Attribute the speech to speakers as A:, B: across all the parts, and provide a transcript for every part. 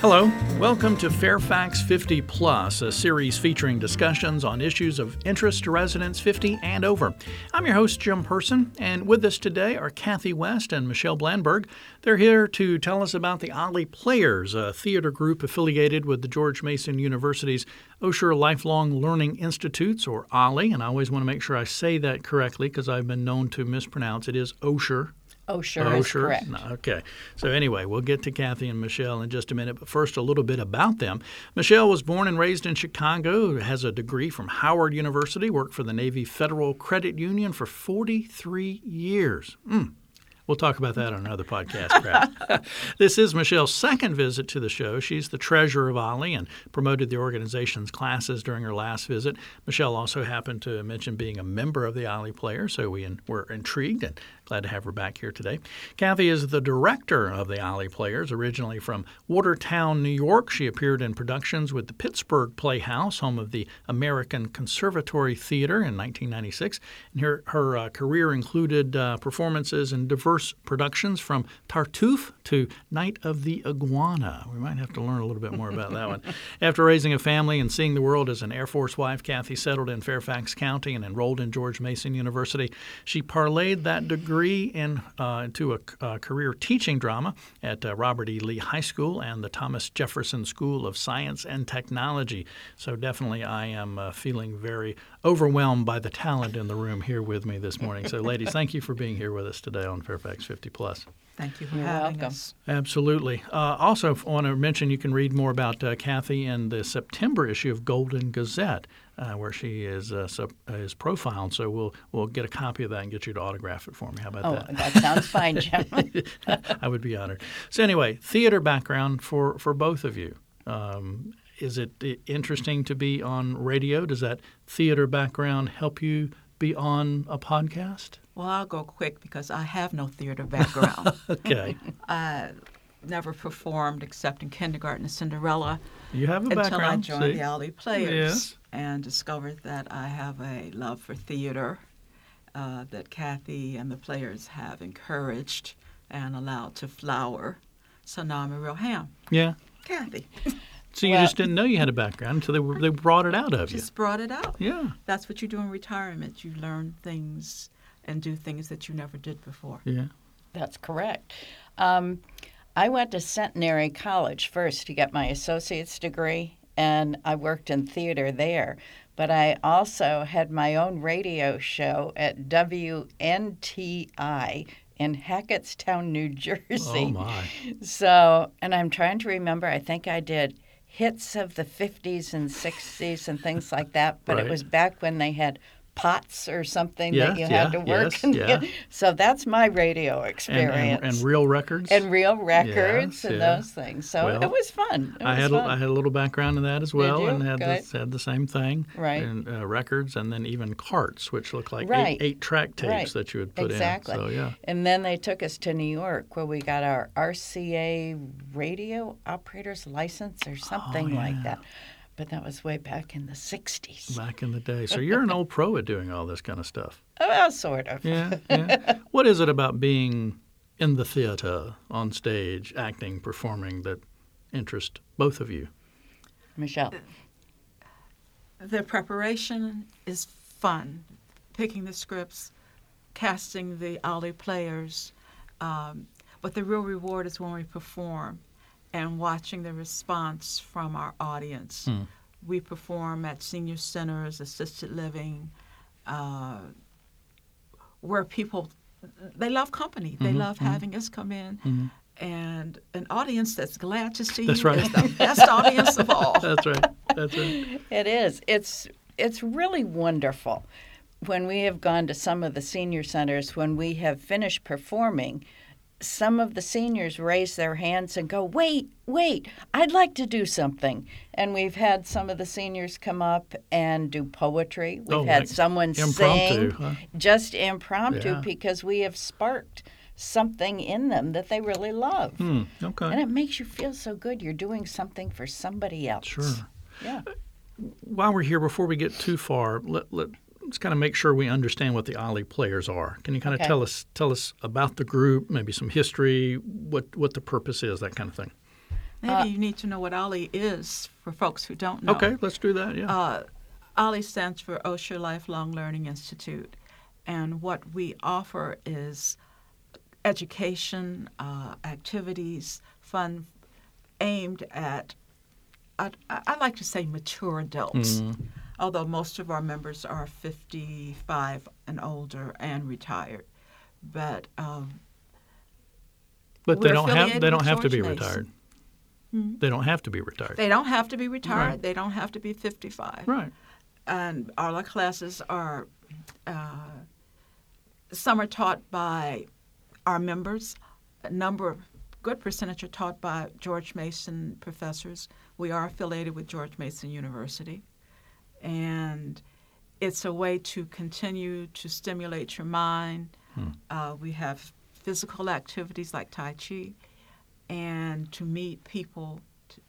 A: Hello, welcome to Fairfax 50 Plus, a series featuring discussions on issues of interest to residents 50 and over. I'm your host, Jim Person, and with us today are Kathy West and Michelle Blandberg. They're here to tell us about the Ollie Players, a theater group affiliated with the George Mason University's Osher Lifelong Learning Institutes, or Ollie, and I always want to make sure I say that correctly because I've been known to mispronounce it is Osher.
B: Oh, sure.
A: Oh,
B: is
A: sure.
B: Correct.
A: No, okay. So, anyway, we'll get to Kathy and Michelle in just a minute, but first, a little bit about them. Michelle was born and raised in Chicago, has a degree from Howard University, worked for the Navy Federal Credit Union for 43 years. Mm. We'll talk about that on another podcast, perhaps. this is Michelle's second visit to the show. She's the treasurer of Ollie and promoted the organization's classes during her last visit. Michelle also happened to mention being a member of the Ollie Player, so we in, were intrigued and glad to have her back here today. Kathy is the director of the Ollie Players, originally from Watertown, New York. She appeared in productions with the Pittsburgh Playhouse, home of the American Conservatory Theater in 1996. And her, her uh, career included uh, performances in diverse productions from Tartuffe to Night of the Iguana. We might have to learn a little bit more about that one. After raising a family and seeing the world as an Air Force wife, Kathy settled in Fairfax County and enrolled in George Mason University. She parlayed that degree in, uh, into a, c- uh, career teaching drama at uh, Robert E. Lee High School and the Thomas Jefferson School of Science and Technology. So definitely, I am uh, feeling very overwhelmed by the talent in the room here with me this morning. So, ladies, thank you for being here with us today on Fairfax 50 Plus.
C: Thank you for
B: You're
C: having
B: welcome.
C: us.
A: Absolutely. Uh, also, want to mention you can read more about uh, Kathy in the September issue of Golden Gazette, uh, where she is uh, sup- uh, is profiled. So we'll we'll get a copy of that and get you to autograph it for me. How about
B: Oh,
A: that?
B: that sounds fine, Jim.
A: I would be honored. So anyway, theater background for for both of you. Um, is it i- interesting to be on radio? Does that theater background help you be on a podcast?
C: Well, I'll go quick because I have no theater background.
A: Okay,
C: I never performed except in kindergarten and Cinderella
A: you have a
C: until I
A: background.
C: joined
A: see?
C: the Alley Players
A: Yes.
C: and discovered that I have a love for theater uh, that Kathy and the players have encouraged and allowed to flower. So now I'm a real ham.
A: yeah.
C: Kathy
A: So you
B: Well-
A: just didn't know you had a background until they they brought it out of you.
C: just brought it out.
A: Yeah.
C: That's what you do in retirement. You learn things and do things that you never did before.
A: Yeah.
B: That's correct. Um, I went to Centenary College first to get my associate's degree, and I worked in theater there. But I also had my own radio show at WNTI in Hackettstown, New Jersey.
A: Oh my.
B: So, and I'm trying to remember, I think I did hits of the 50s and 60s and things like that, but
A: Right.
B: it was back when they had pots or something that you
A: Yes,
B: had
A: yeah,
B: to work
A: yes,
B: and
A: yeah.
B: get. So that's my radio
A: And,
B: experience.
A: and, and real records.
B: And real records
A: Yes,
B: and
A: yeah.
B: those things. So
A: Well,
B: it was fun. It
A: I
B: was
A: had a,
B: fun.
A: I had a little background in that as well,
B: you?
A: and had
B: Good.
A: the, had the same thing,
B: Right.
A: And uh, records, and then even carts, which looked like
B: Right.
A: eight, eight track tapes
B: Right.
A: that you would put
B: exactly.
A: in. So yeah,
B: And then they took us to New York where we got our RCA radio operator's license
A: Oh,
B: or something like that. But that was way back in the 60s.
A: back in the day. So you're an old pro at doing all this kind of stuff.
B: Oh, Well, sort of.
A: Yeah, yeah. what is it about being in the theater, on stage, acting, performing that interests both of you?
B: Michelle.
C: The preparation is fun. Picking the scripts, casting the Ollie players. Um, but the real reward is when we perform and watching the response from our audience.
A: Hmm.
C: We perform at senior centers, assisted living, uh, where people, they love company. They
A: Mm-hmm.
C: love having us come in. And an audience that's glad to see
A: That's
C: you
A: right.
C: is the best audience of all.
A: That's right. That's right.
B: It is. It's it's really wonderful. When we have gone to some of the senior centers, when we have finished performing, some of the seniors raise their hands and go, "Wait, wait! I'd like to do something." And we've had some of the seniors come up and do poetry. We've
A: Oh,
B: had
A: like
B: someone
A: impromptu,
B: sing,
A: huh?
B: just impromptu,
A: Yeah.
B: because we have sparked something in them that they really love,
A: Hmm, okay.
B: and it makes you feel so good. You're doing something for somebody else.
A: Sure.
B: Yeah.
A: while we're here, before we get too far, let, let, us kind of make sure we understand what the Ollie players are. Can you kind of
B: Okay.
A: tell us tell us about the group, maybe some history, what what the purpose is, that kind of thing?
C: Maybe you need to know what Ollie is for folks who don't know.
A: Uh, Okay, let's do that. Yeah.
C: Uh, OLLI stands for OSHA Lifelong Learning Institute, and what we offer is education, uh, activities, fun aimed at, I, I like to say mature adults,
A: Mm-hmm.
C: although most of our members are 55 and older and retired. But um,
A: but they
C: we're
A: don't have
C: affiliated
A: they
C: with
A: don't have to be
C: George Mason. Hmm.
A: retired. They don't have to be retired.
C: they don't have to be retired,
A: Right.
C: they don't have to be 55.
A: right.
C: and all our classes are uh, some are taught by our members a number of good percentage are taught by george mason professors we are affiliated with george mason university and it's a way to continue to stimulate your mind uh, we have physical activities like tai chi and to meet people to,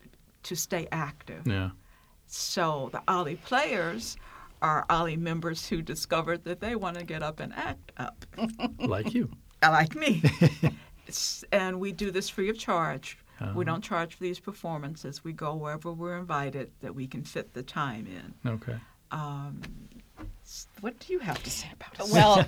C: to stay active
A: Yeah.
C: so the Ollie players are Ollie members who discovered that they want to get up and act up, uh,
A: Like you.
C: like me. It's- and we do this free of charge.
A: Uh-huh.
C: We don't charge for these performances. We go wherever we're invited that we can fit the time in.
A: Okay.
C: S- What do you have to say about it?
B: Well,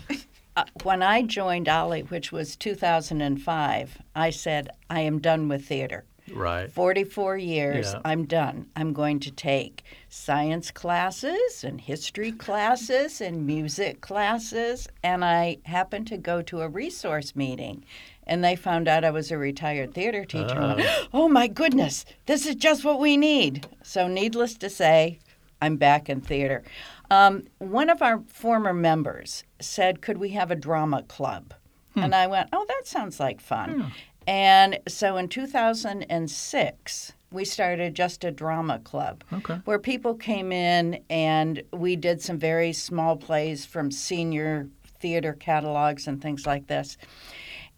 B: uh, when I joined Ollie, which was 2005, I said, I am done with theater.
A: Right.
B: 44 years,
A: Yeah.
B: I'm done. I'm going to take science classes and history classes and music classes. And I happened to go to a resource meeting and they found out I was a retired theater teacher. and went, oh my goodness, this is just what we need. So, needless to say, I'm back in theater. Um, one of our former members said, Could we have a drama club?
A: Hmm.
B: And I went, Oh, that sounds like fun. And so in 2006, we started just a drama club
A: Okay.
B: where people came in and we did some very small plays from senior theater catalogs and things like this.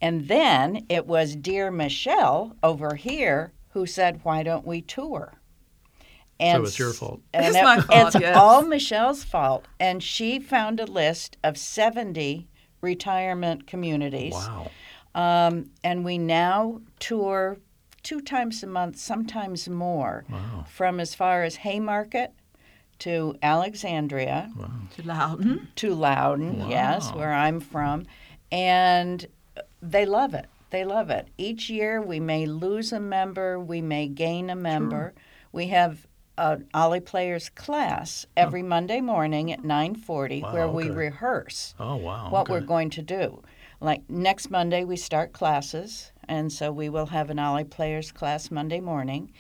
B: And then it was Dear Michelle over here who said, Why don't we tour? And
A: it's your
B: s-
A: fault.
B: and
C: It's my fault,
B: It's
C: yes.
B: all Oh, Michelle's fault. And she found a list of 70 retirement communities.
A: Wow.
B: Um, and we now tour two times a month, sometimes more,
A: Wow.
B: from as far as Haymarket to Alexandria
C: Too loud. Hmm?
B: to Loudon, yes,
A: Wow.
B: where I'm from. And they love it. They love it. Each year we may lose a member, we may gain a member. We have an Ollie Players class every Monday morning at 9:40 where
A: Oh. Wow,
B: we
A: okay.
B: rehearse
A: Oh wow.
B: what we're
A: okay.
B: going to do. Like next Monday, we start classes, and so we will have an Ollie Players class Monday morning.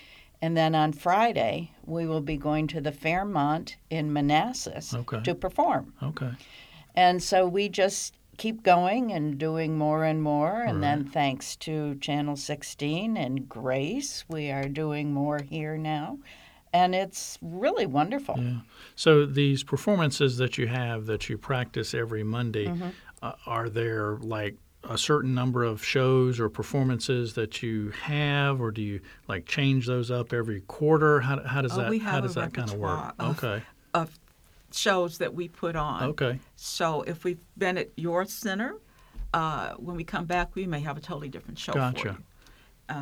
B: And then on Friday, we will be going to the Fairmont in Manassas
A: Okay.
B: to perform.
A: Okay.
B: And so we just keep going and doing more and more. And then thanks to Channel 16 and Grace, we are doing more here now. And it's really wonderful.
A: Yeah. So these performances that you have that you practice every Monday, uh, are there like a certain number of shows or performances that you have, or do you like change those up every quarter? How, how does
C: Oh,
A: that
C: we
A: how
C: have a
A: does that kind of work?
C: repertoire of-
A: okay.
C: Of shows that we put on.
A: Okay.
C: So if we've been at your center, uh, when we come back, we may have a totally different show for
A: Gotcha.
C: you.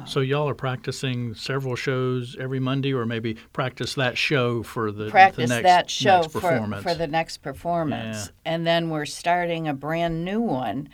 A: so y'all are practicing several shows every Monday, or maybe practice that show for the, the
B: practice
A: next,
B: that show
A: next
B: for,
A: performance.
B: for the next performance. And then we're starting a brand new one,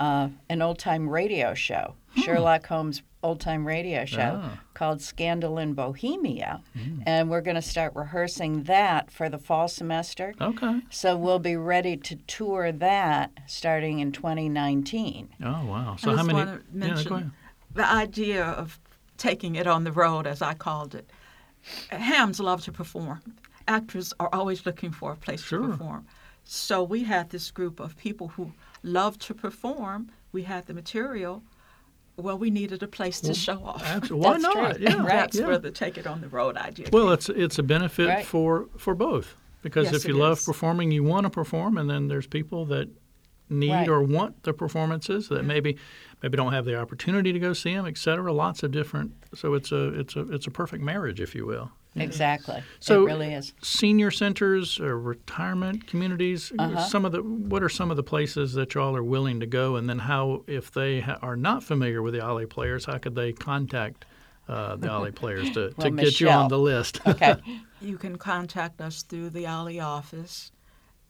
B: uh, an old time radio show, Sherlock Holmes old time radio show
A: Hmm. Ah. Hmm.
B: called Scandal in Bohemia. And we're going to start rehearsing that for the fall semester.
A: okay.
B: So we'll be ready to tour that starting in 2019.
A: Oh wow. So
C: I
A: how
C: just
A: many?
C: want to mention
A: yeah, go ahead.
C: the idea of taking it on the road, as I called it. Hams love to perform. Actors are always looking for a place
A: Sure.
C: to perform. So we had this group of people who love to perform. We had the material. Well, we needed a place to show off.
A: Abs- Why
B: That's true.
A: not? Yeah.
B: Right.
C: That's
A: yeah.
C: where the take it on the road idea.
A: Well, it's it's a benefit
B: Right.
A: for for both because
C: Yes,
A: if you
C: it
A: love
C: is.
A: performing, you want to perform, and then there's people that need
B: Right. Mm-hmm.
A: or want the performances that maybe maybe don't have the opportunity to go see them, et cetera. Lots of different. So it's a it's a it's a perfect marriage, if you will.
B: Exactly.
A: So-
B: it really is.
A: Senior centers or retirement communities.
B: Uh-huh.
A: Some of the what are some of the places that y'all are willing to go, and then how if they ha- are not familiar with the Ollie players, how could they contact uh, the Ollie players to,
B: Well,
A: to get you on
B: Michelle.
A: the list.
B: Okay.
C: You can contact us through the Ollie office,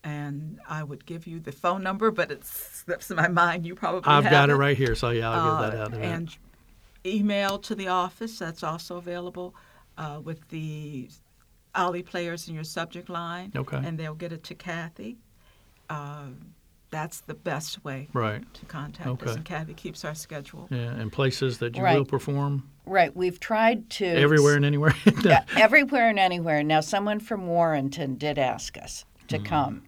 C: and I would give you the phone number, but it slips in my mind. You probably
A: I've
C: have
A: got it
C: it
A: right here, so yeah, I'll get that
C: Uh,
A: out. in a minute.
C: and email to the office. That's also available uh, with the Ollie players in your subject line.
A: Okay.
C: And they'll get it to Kathy. Uh, that's the best way
A: right.
C: to contact
A: Okay.
C: us. And Kathy keeps our schedule.
A: Yeah, and places that you will
B: Right.
A: perform
B: Right. We've tried to
A: everywhere and anywhere.
B: everywhere and anywhere. Now, someone from Warrenton did ask us
A: Mm.
B: to come,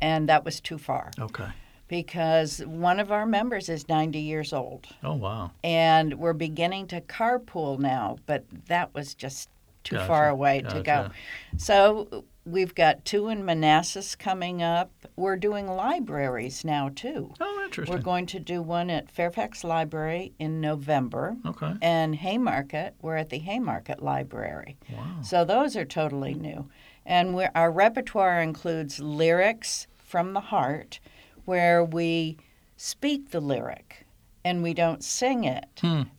B: and that was too far
A: okay.
B: because one of our members is 90 years old,
A: Oh wow.
B: and we're beginning to carpool now, but that was just too far
A: Gotcha,
B: away to go.
A: gotcha.
B: So, we've got two in Manassas coming up. We're doing libraries now, too.
A: Oh,
B: We're
A: interesting.
B: going to do one at Fairfax Library in November.
A: Okay.
B: And Haymarket, we're at the Haymarket Library.
A: Wow.
B: So those are totally new. And we our repertoire includes lyrics from the heart, where we speak the lyric and we don't sing it,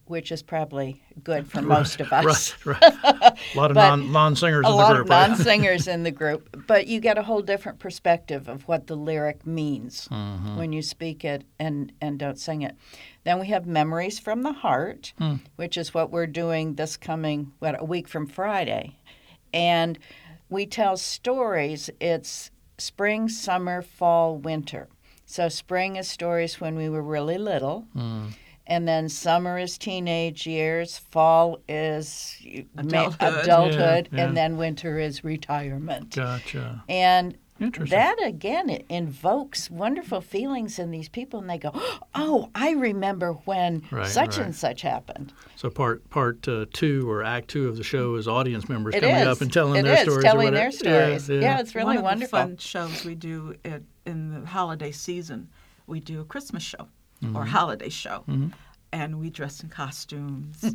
B: which is probably good for most of us.
A: Right, right. A lot of
B: But
A: non non singers
B: A
A: in the
B: lot
A: group.
B: of
A: right?
B: non singers in the group, but you get a whole different perspective of what the lyric means
A: Mm-hmm.
B: when you speak it and, and don't sing it. Then we have Memories from the Heart,
A: Hmm.
B: which is what we're doing this coming, what, a week from Friday. And we tell stories. It's spring, summer, fall, winter. So spring is stories when we were really little.
A: Hmm.
B: And then summer is teenage years, fall is ma-
C: Adulthood.
B: adulthood,
A: Yeah, yeah.
B: and then winter is retirement.
A: Gotcha.
B: And
A: Interesting.
B: that again, it invokes wonderful feelings in these people, and they go, "Oh, I remember when
A: Right,
B: such
A: right.
B: and such happened."
A: So part part uh, two or act two of the show is audience members
B: It
A: coming
B: is.
A: up and telling
B: It
A: their
B: is,
A: stories. or
B: telling
A: whatever.
B: their stories.
A: Yeah,
B: Yeah,
A: yeah.
B: it's really
C: One of
B: wonderful.
C: the fun shows we do at, in the holiday season, we do a Christmas show
A: Mm-hmm.
C: or holiday show. And we dress in costumes.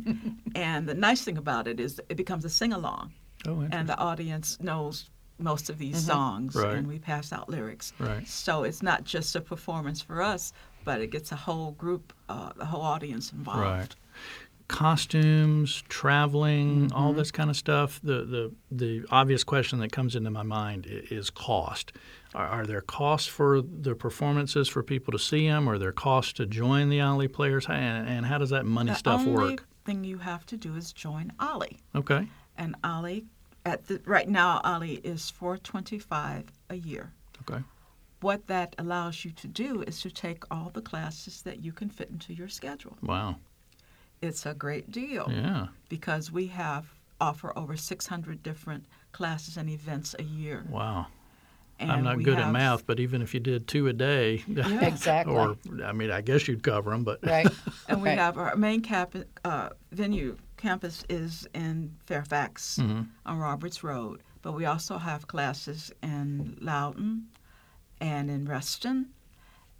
C: and the nice thing about it is it becomes a sing along.
A: Oh, interesting. Mm-hmm.
C: and the audience knows most of these songs
A: Right.
C: and we pass out lyrics
A: Right.
C: so it's not just a performance for us but it gets a whole group uh, the whole audience involved
A: Right. Costumes, traveling, all
C: Mm-hmm.
A: this kind of stuff. The, the the obvious question that comes into my mind i- is cost. Are, are there costs for the performances for people to see them? Are there costs to join the Ollie Players? How- And, and how does that money
C: the
A: stuff
C: only
A: work?
C: thing you have to do is join ollie
A: Okay.
C: and ollie at the right now ollie is 425 a year
A: Okay.
C: what that allows you to do is to take all the classes that you can fit into your schedule
A: Wow.
C: it's a great deal
A: Yeah.
C: because we have offer over 600 different classes and events a year
A: Wow.
C: and
A: I'm not
C: we
A: good at
C: have-
A: math, but even if you did two a day,
B: Exactly.
A: or I mean, I guess you'd cover them, but
B: Right.
C: And we
B: Right.
C: have our main cap, uh, venue campus is in Fairfax
A: Mm-hmm.
C: on Roberts Road, but we also have classes in Loudon and in Reston,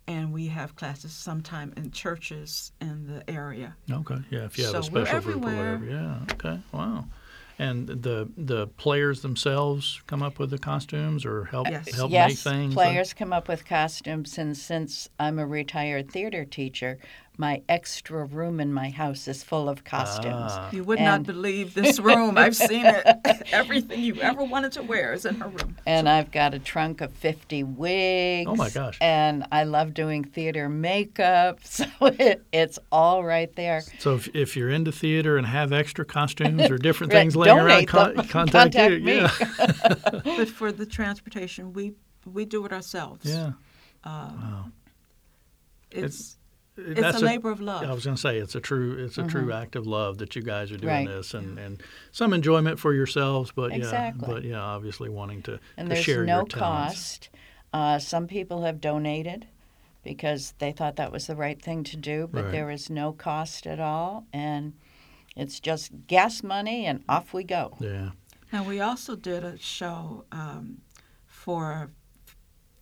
C: and we have classes sometime in churches in the area.
A: Okay. Yeah. If you have a
C: So we're
A: special group or
C: everywhere.
A: whatever. Yeah. Okay. Wow. And the the players themselves come up with the costumes or help
C: Yes.
A: help make
B: yes,
A: things. uh,
B: players come up with costumes, and since I'm a retired theater teacher, my extra room in my house is full of costumes.
A: Ah.
C: You would
B: And-
C: not believe this room. I've seen it. Everything you ever wanted to wear is in her room.
B: And I've got a trunk of 50 wigs.
A: Oh, my gosh.
B: And I love doing theater makeup. So it, it's all right there.
A: so if, if you're into theater and have extra costumes or different
B: Right,
A: things laying around,
B: donate
A: con-
B: them.
A: contact, you.
B: Contact me.
A: Yeah.
C: But for the transportation, we we do it ourselves. Uh,
A: yeah.
C: It's it's,
A: That's
C: a labor of love.
A: I was going to say it's a true it's a true act of love that you guys are doing
B: Mm-hmm. Right.
A: this and, and some enjoyment for yourselves, but
B: Exactly.
A: yeah, but yeah, obviously wanting to,
B: And
A: to
B: there's
A: share
B: no
A: your talents.
B: cost. Uh, some people have donated because they thought that was the right thing to do, but
A: Right.
B: there is no cost at all. And it's just gas money and off we go.
A: Yeah.
C: Now, we also did a show um, for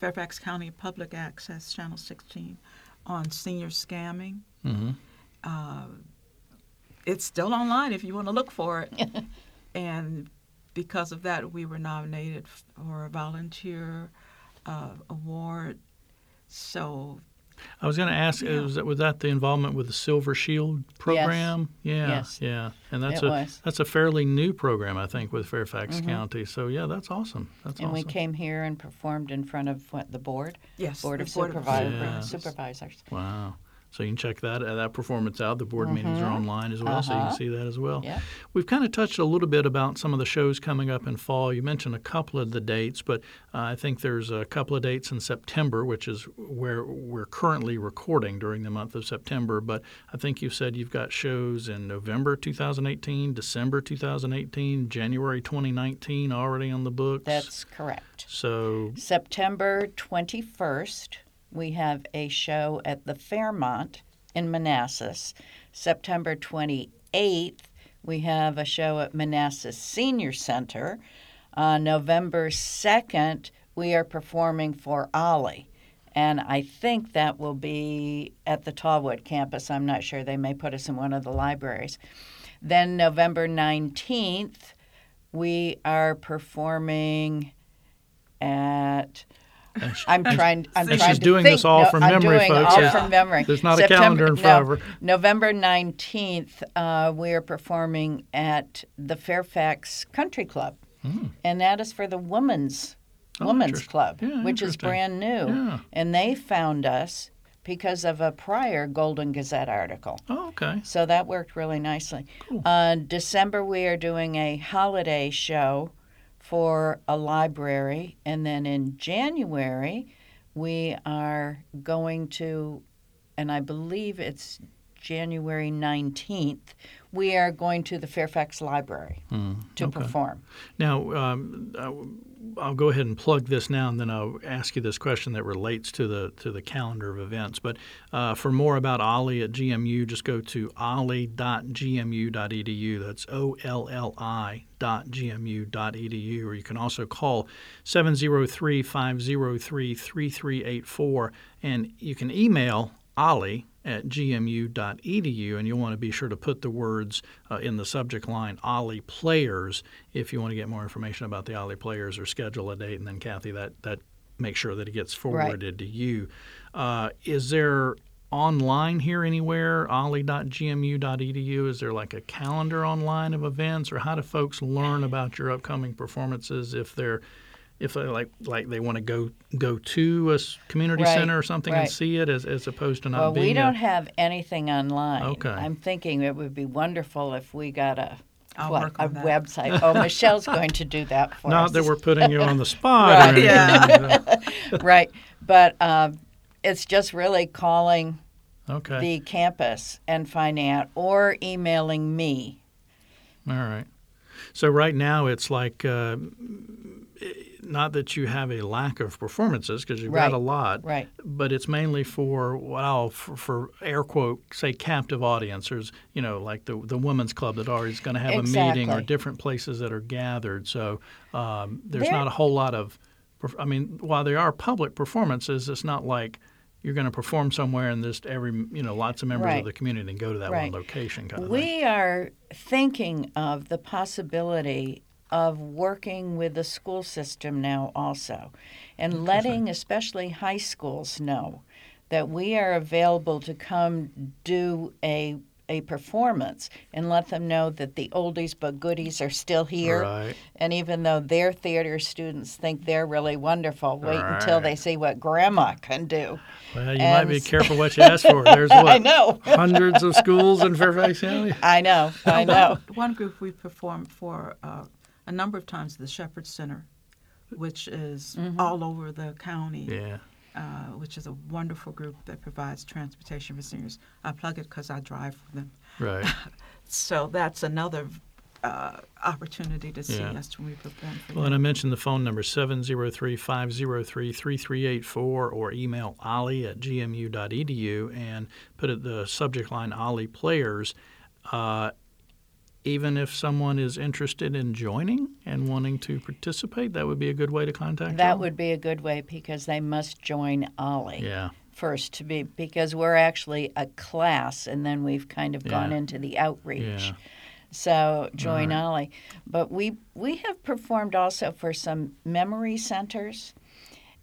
C: Fairfax County Public Access Channel 16 on senior scamming. Uh,
A: hmm
C: It's still online if you want to look for it. and because of that, we were nominated for a volunteer uh, award. So
A: I was going to ask,
C: Yeah.
A: was, that, was that the involvement with the Silver Shield program? Yeah,
B: Yes.
A: yeah, and that's
B: It
A: a
B: was. Mm-hmm.
A: that's a fairly new program, I think, with Fairfax County. So yeah, that's awesome. That's
B: And we
A: awesome.
B: came here and performed in front of what the board,
C: Yes,
B: board
C: the
B: of
C: Board of
B: supervisors,
A: Supervisors.
B: supervisors.
A: Wow. So you can check that uh, that performance out. The board meetings are online as well, so you can
B: Mm-hmm. Uh-huh.
A: see that as well.
B: Yep.
A: We've kind of touched a little bit about some of the shows coming up in fall. You mentioned a couple of the dates, but uh, I think there's a couple of dates in September, which is where we're currently recording during the month of September. But I think you said you've got shows in November 2018, December 2018, January 2019 already on the books.
B: That's correct.
A: so
B: September 21st, we have a show at the Fairmont in Manassas. September 28th, we have a show at Manassas Senior Center. Uh, November 2nd, we are performing for Ollie. And I think that will be at the Tallwood campus. I'm not sure. They may put us in one of the libraries. Then November 19th, we are performing at. I'm trying. I'm
A: she's
B: trying to
A: doing
B: think.
A: this all
B: No,
A: from
B: I'm
A: memory,
B: doing
A: folks.
B: All
A: Yeah.
B: from memory.
A: There's not a calendar in front of her.
B: November 19th, uh, we are performing at the Fairfax Country Club, and that is for the women's
A: Hmm. Oh,
B: women's
A: interest-
B: club,
A: yeah,
B: which is
A: interesting.
B: brand new.
A: Yeah.
B: And they found us because of a prior Golden Gazette article.
A: oh, okay.
B: So that worked really nicely.
A: Cool.
B: Uh, December, we are doing a holiday show for a library. And then in January, we are going to, and I believe it's January 19th, we are going to the Fairfax Library
A: Hmm,
B: to perform.
A: Now, um, I- I'll go ahead and plug this now, and then I'll ask you this question that relates to the to the calendar of events. But uh, for more about Ollie at GMU, just go to ollie.gmu.edu. E That's O L L I dot gmu dot edu, or you can also call 703-503-3384, and you can email ollie at gmu.edu, E and you'll want to be sure to put the words uh, in the subject line Ollie Players if you want to get more information about the Ollie Players or schedule a date. And then, Kathy, that, that makes sure that it gets forwarded to you. Uh, is there online here anywhere, ollie.gmu.edu? E Is there like a calendar online of events, or how do folks learn about your upcoming performances if they're if they like like they want to go go to a s- community
B: Right,
A: center or something and
B: right.
A: see it as, as opposed to not
B: Well,
A: being
B: we don't
A: a,
B: have anything online.
A: Okay.
B: I'm thinking it would be wonderful if we got a
C: I'll
B: what,
C: work
B: a
C: on that.
B: website. Oh, Michelle's going to do that for us.
A: not that we're putting you on the spot or
B: Right.
A: anything. Yeah.
B: right. But um, it's just really calling
A: Okay.
B: the campus and finding out or emailing me.
A: All right. So right now it's like uh, not that you have a lack of performances because you've
B: Right.
A: got a lot,
B: Right.
A: but it's mainly for what I'll for, for air quote say captive audiences. You know, like the the women's club that already is going to have a meeting or
B: Exactly.
A: different places that are gathered. So um, there's
B: There-
A: not a whole lot of. perf- I mean, while there are public performances, it's not like you're going to perform somewhere and there's every you know lots of members of
B: Right.
A: the community can go to that
B: Right.
A: one location kind of thing.
B: We are thinking of the possibility of working with the school system now also and letting especially high schools know that we are available to come do a a performance and let them know that the oldies but goodies are still here.
A: Right.
B: And even though their theater students think they're really wonderful, wait until
A: Right.
B: they see what grandma can do.
A: Well, you might
B: And
A: be
B: s-
A: careful what you ask for. There's what
B: I know.
A: hundreds of schools in Fairfax County.
B: I know. I know.
C: One group we performed for uh, a number of times at the Shepherd Center, which is
B: Mm-hmm.
C: all over the county,
A: Yeah,
C: uh, which is a wonderful group that provides transportation for seniors. I plug it because I drive for them.
A: right.
C: So that's another uh, opportunity to see
A: Yeah.
C: us when we perform for
A: Well,
C: them.
A: and I mentioned the phone number 703 503 3384 or email ollie at gmu.edu and put it the subject line Ollie Players. Uh, even if someone is interested in joining and wanting to participate, that would be a good way to contact
B: That
A: y'all?
B: would be a good way because they must join Ollie
A: Yeah.
B: first to be because we're actually a class and then we've kind of gone
A: Yeah.
B: into the outreach.
A: Yeah.
B: So join Ollie. But we we have performed also for some memory centers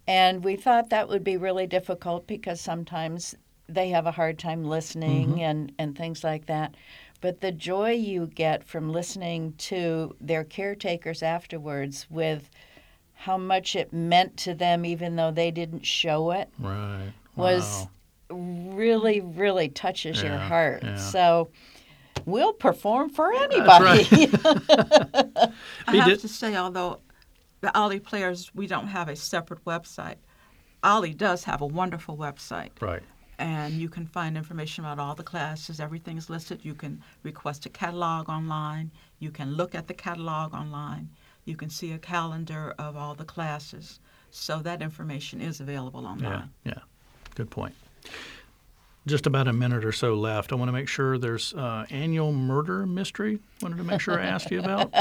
B: And we thought that would be really difficult because sometimes they have a hard time listening
A: Mm-hmm.
B: and, and things like that. But the joy you get from listening to their caretakers afterwards with how much it meant to them, even though they didn't show it,
A: Right.
B: was
A: Wow.
B: really, really touches your
A: Yeah,
B: heart.
A: yeah.
B: So we'll perform for anybody.
A: He
C: I have
A: did-
C: to say, although the Ollie Players, we don't have a separate website. Ollie does have a wonderful website,
A: Right.
C: and you can find information about all the classes. Everything is listed. You can request a catalog online. You can look at the catalog online. You can see a calendar of all the classes. So that information is available online.
A: Yeah. Yeah. Good point. Just about a minute or so left. I want to make sure there's uh, annual murder mystery. Wanted to make sure I asked you about.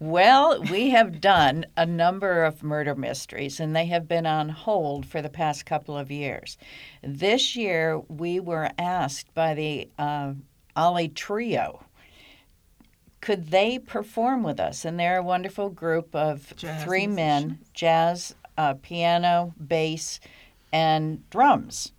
B: Well, we have done a number of murder mysteries, and they have been on hold for the past couple of years. This year, we were asked by the uh, Ollie Trio, could they perform with us? And they're a wonderful group of
C: Jazz
B: three men
C: musicians.
B: jazz, uh, piano, bass, and drums.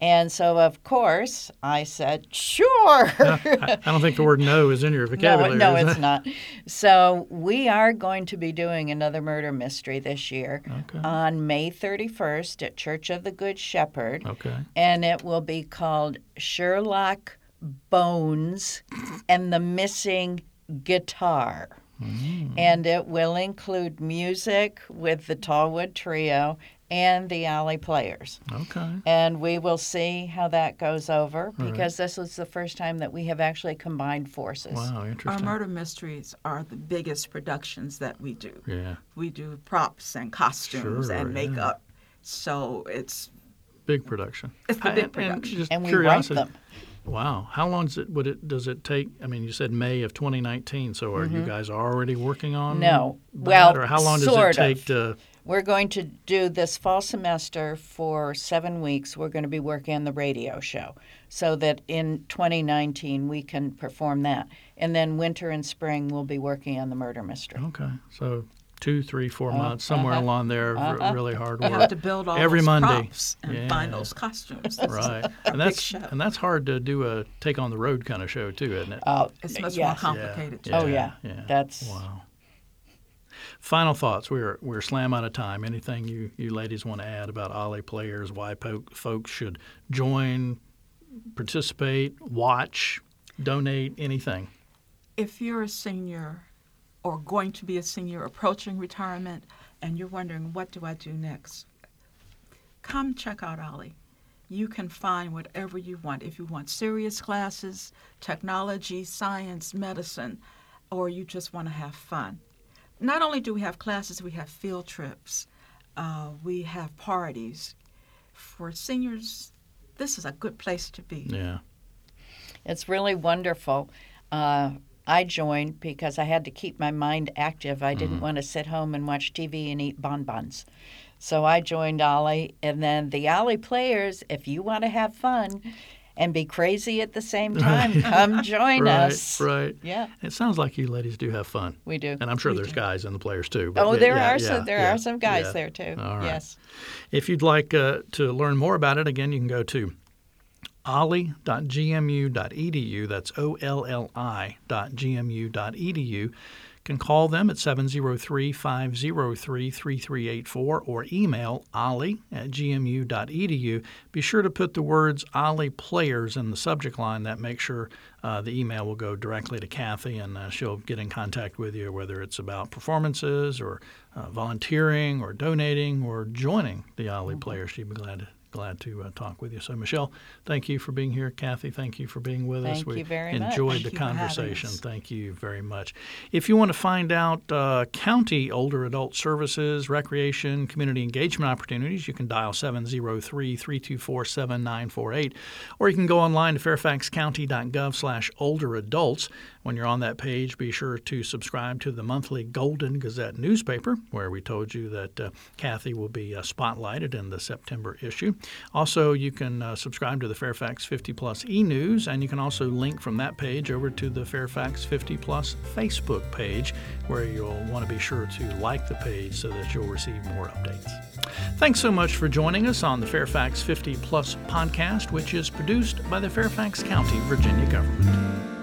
B: And so, of course, I said, sure.
A: I, I don't think the word "no" is in your vocabulary.
B: No,
A: is it?
B: no, it's not. So we are going to be doing another murder mystery this year
A: Okay.
B: on May 31st at Church of the Good Shepherd,
A: Okay.
B: and it will be called Sherlock Bones and the Missing Guitar.
A: Mm-hmm.
B: And it will include music with the Tallwood Trio and the Alley Players.
A: Okay.
B: And we will see how that goes over because this is the first time that we have actually combined forces.
A: Wow.
C: Our
A: Interesting.
C: murder mysteries are the biggest productions that we do.
A: yeah.
C: We do props and costumes
A: Sure,
C: and
A: yeah.
C: makeup. So it's
A: Big production.
C: It's the
A: I-
C: big
A: and
C: production.
A: just
B: and we
A: curiosity,
B: write them.
A: Wow. How long does it would it does it take? I mean, you said May of 2019. So are you guys already working on?
B: Mm-hmm. No.
A: that,
B: Well,
A: or how long does
B: sort of.
A: it take to?
B: We're going to do this fall semester for seven weeks. We're going to be working on the radio show so that in 2019 we can perform that. And then winter and spring we'll be working on the murder mystery.
A: Okay. So two, three, four
B: Uh-huh.
A: months, somewhere along there. r- Really hard
C: You have
A: work.
C: to build all
A: Every
C: those
A: Monday.
C: props and find
A: Yeah.
C: those costumes.
A: right. And that's
C: show.
A: and that's hard to do a take on the road kind of show too, isn't it?
B: Oh,
C: It's much
B: yes.
C: more complicated.
A: Yeah.
B: Oh, yeah.
A: yeah.
B: That's
A: Wow. Final thoughts. We're we're slam out of time. Anything you, you ladies want to add about Ollie players? Why po- folks should join, participate, watch, donate, anything?
C: If you're a senior or going to be a senior approaching retirement and you're wondering, what do I do next? Come check out Ollie. You can find whatever you want. If you want serious classes, technology, science, medicine, or you just want to have fun. Not only do we have classes, we have field trips, uh, we have parties. For seniors, this is a good place to be.
A: Yeah.
B: It's really wonderful. Uh, I joined because I had to keep my mind active. I
A: Mm-hmm.
B: didn't want to sit home and watch TV and eat bonbons. So I joined Ollie. And then the Ollie players, if you want to have fun and be crazy at the same time, come join
A: right.
B: us.
A: Right.
B: Yeah,
A: It sounds like you ladies do have fun.
B: we do.
A: And I'm sure there's guys in the players too. but
B: Oh,
A: yeah,
B: there
A: yeah,
B: are
A: yeah,
B: some. There
A: yeah,
B: are some guys
A: yeah.
B: there too.
A: All right.
B: Yes.
A: If you'd like uh, to learn more about it, again, you can go to ollie.gmu.edu. E That's O L L I dot gmu.edu. You can call them at 703 503 3384 or email ollie at gmu.edu. E Be sure to put the words Ollie Players in the subject line. That makes sure uh, the email will go directly to Kathy and uh, she'll get in contact with you, whether it's about performances or uh, volunteering or donating or joining the Ollie Players. She'd be glad to glad to uh, talk with you. So, Michelle, thank you for being here. Kathy, thank you for being with us.
B: Thank
A: We
B: you very much.
A: enjoyed
C: Thank
A: the
C: you for having
A: conversation.
C: us.
A: Thank you very much. If you want to find out uh, county older adult services, recreation, community engagement opportunities, you can dial 703 324 7948 or you can go online to fairfaxcounty.gov slash older adults. When you're on that page, be sure to subscribe to the monthly Golden Gazette newspaper, where we told you that uh, Kathy will be uh, spotlighted in the September issue. website. Also, you can uh, subscribe to the Fairfax 50 Plus e news, and you can also link from that page over to the Fairfax 50 Plus Facebook page, where you'll want to be sure to like the page so that you'll receive more updates. Thanks so much for joining us on the Fairfax 50 Plus podcast, which is produced by the Fairfax County, Virginia government.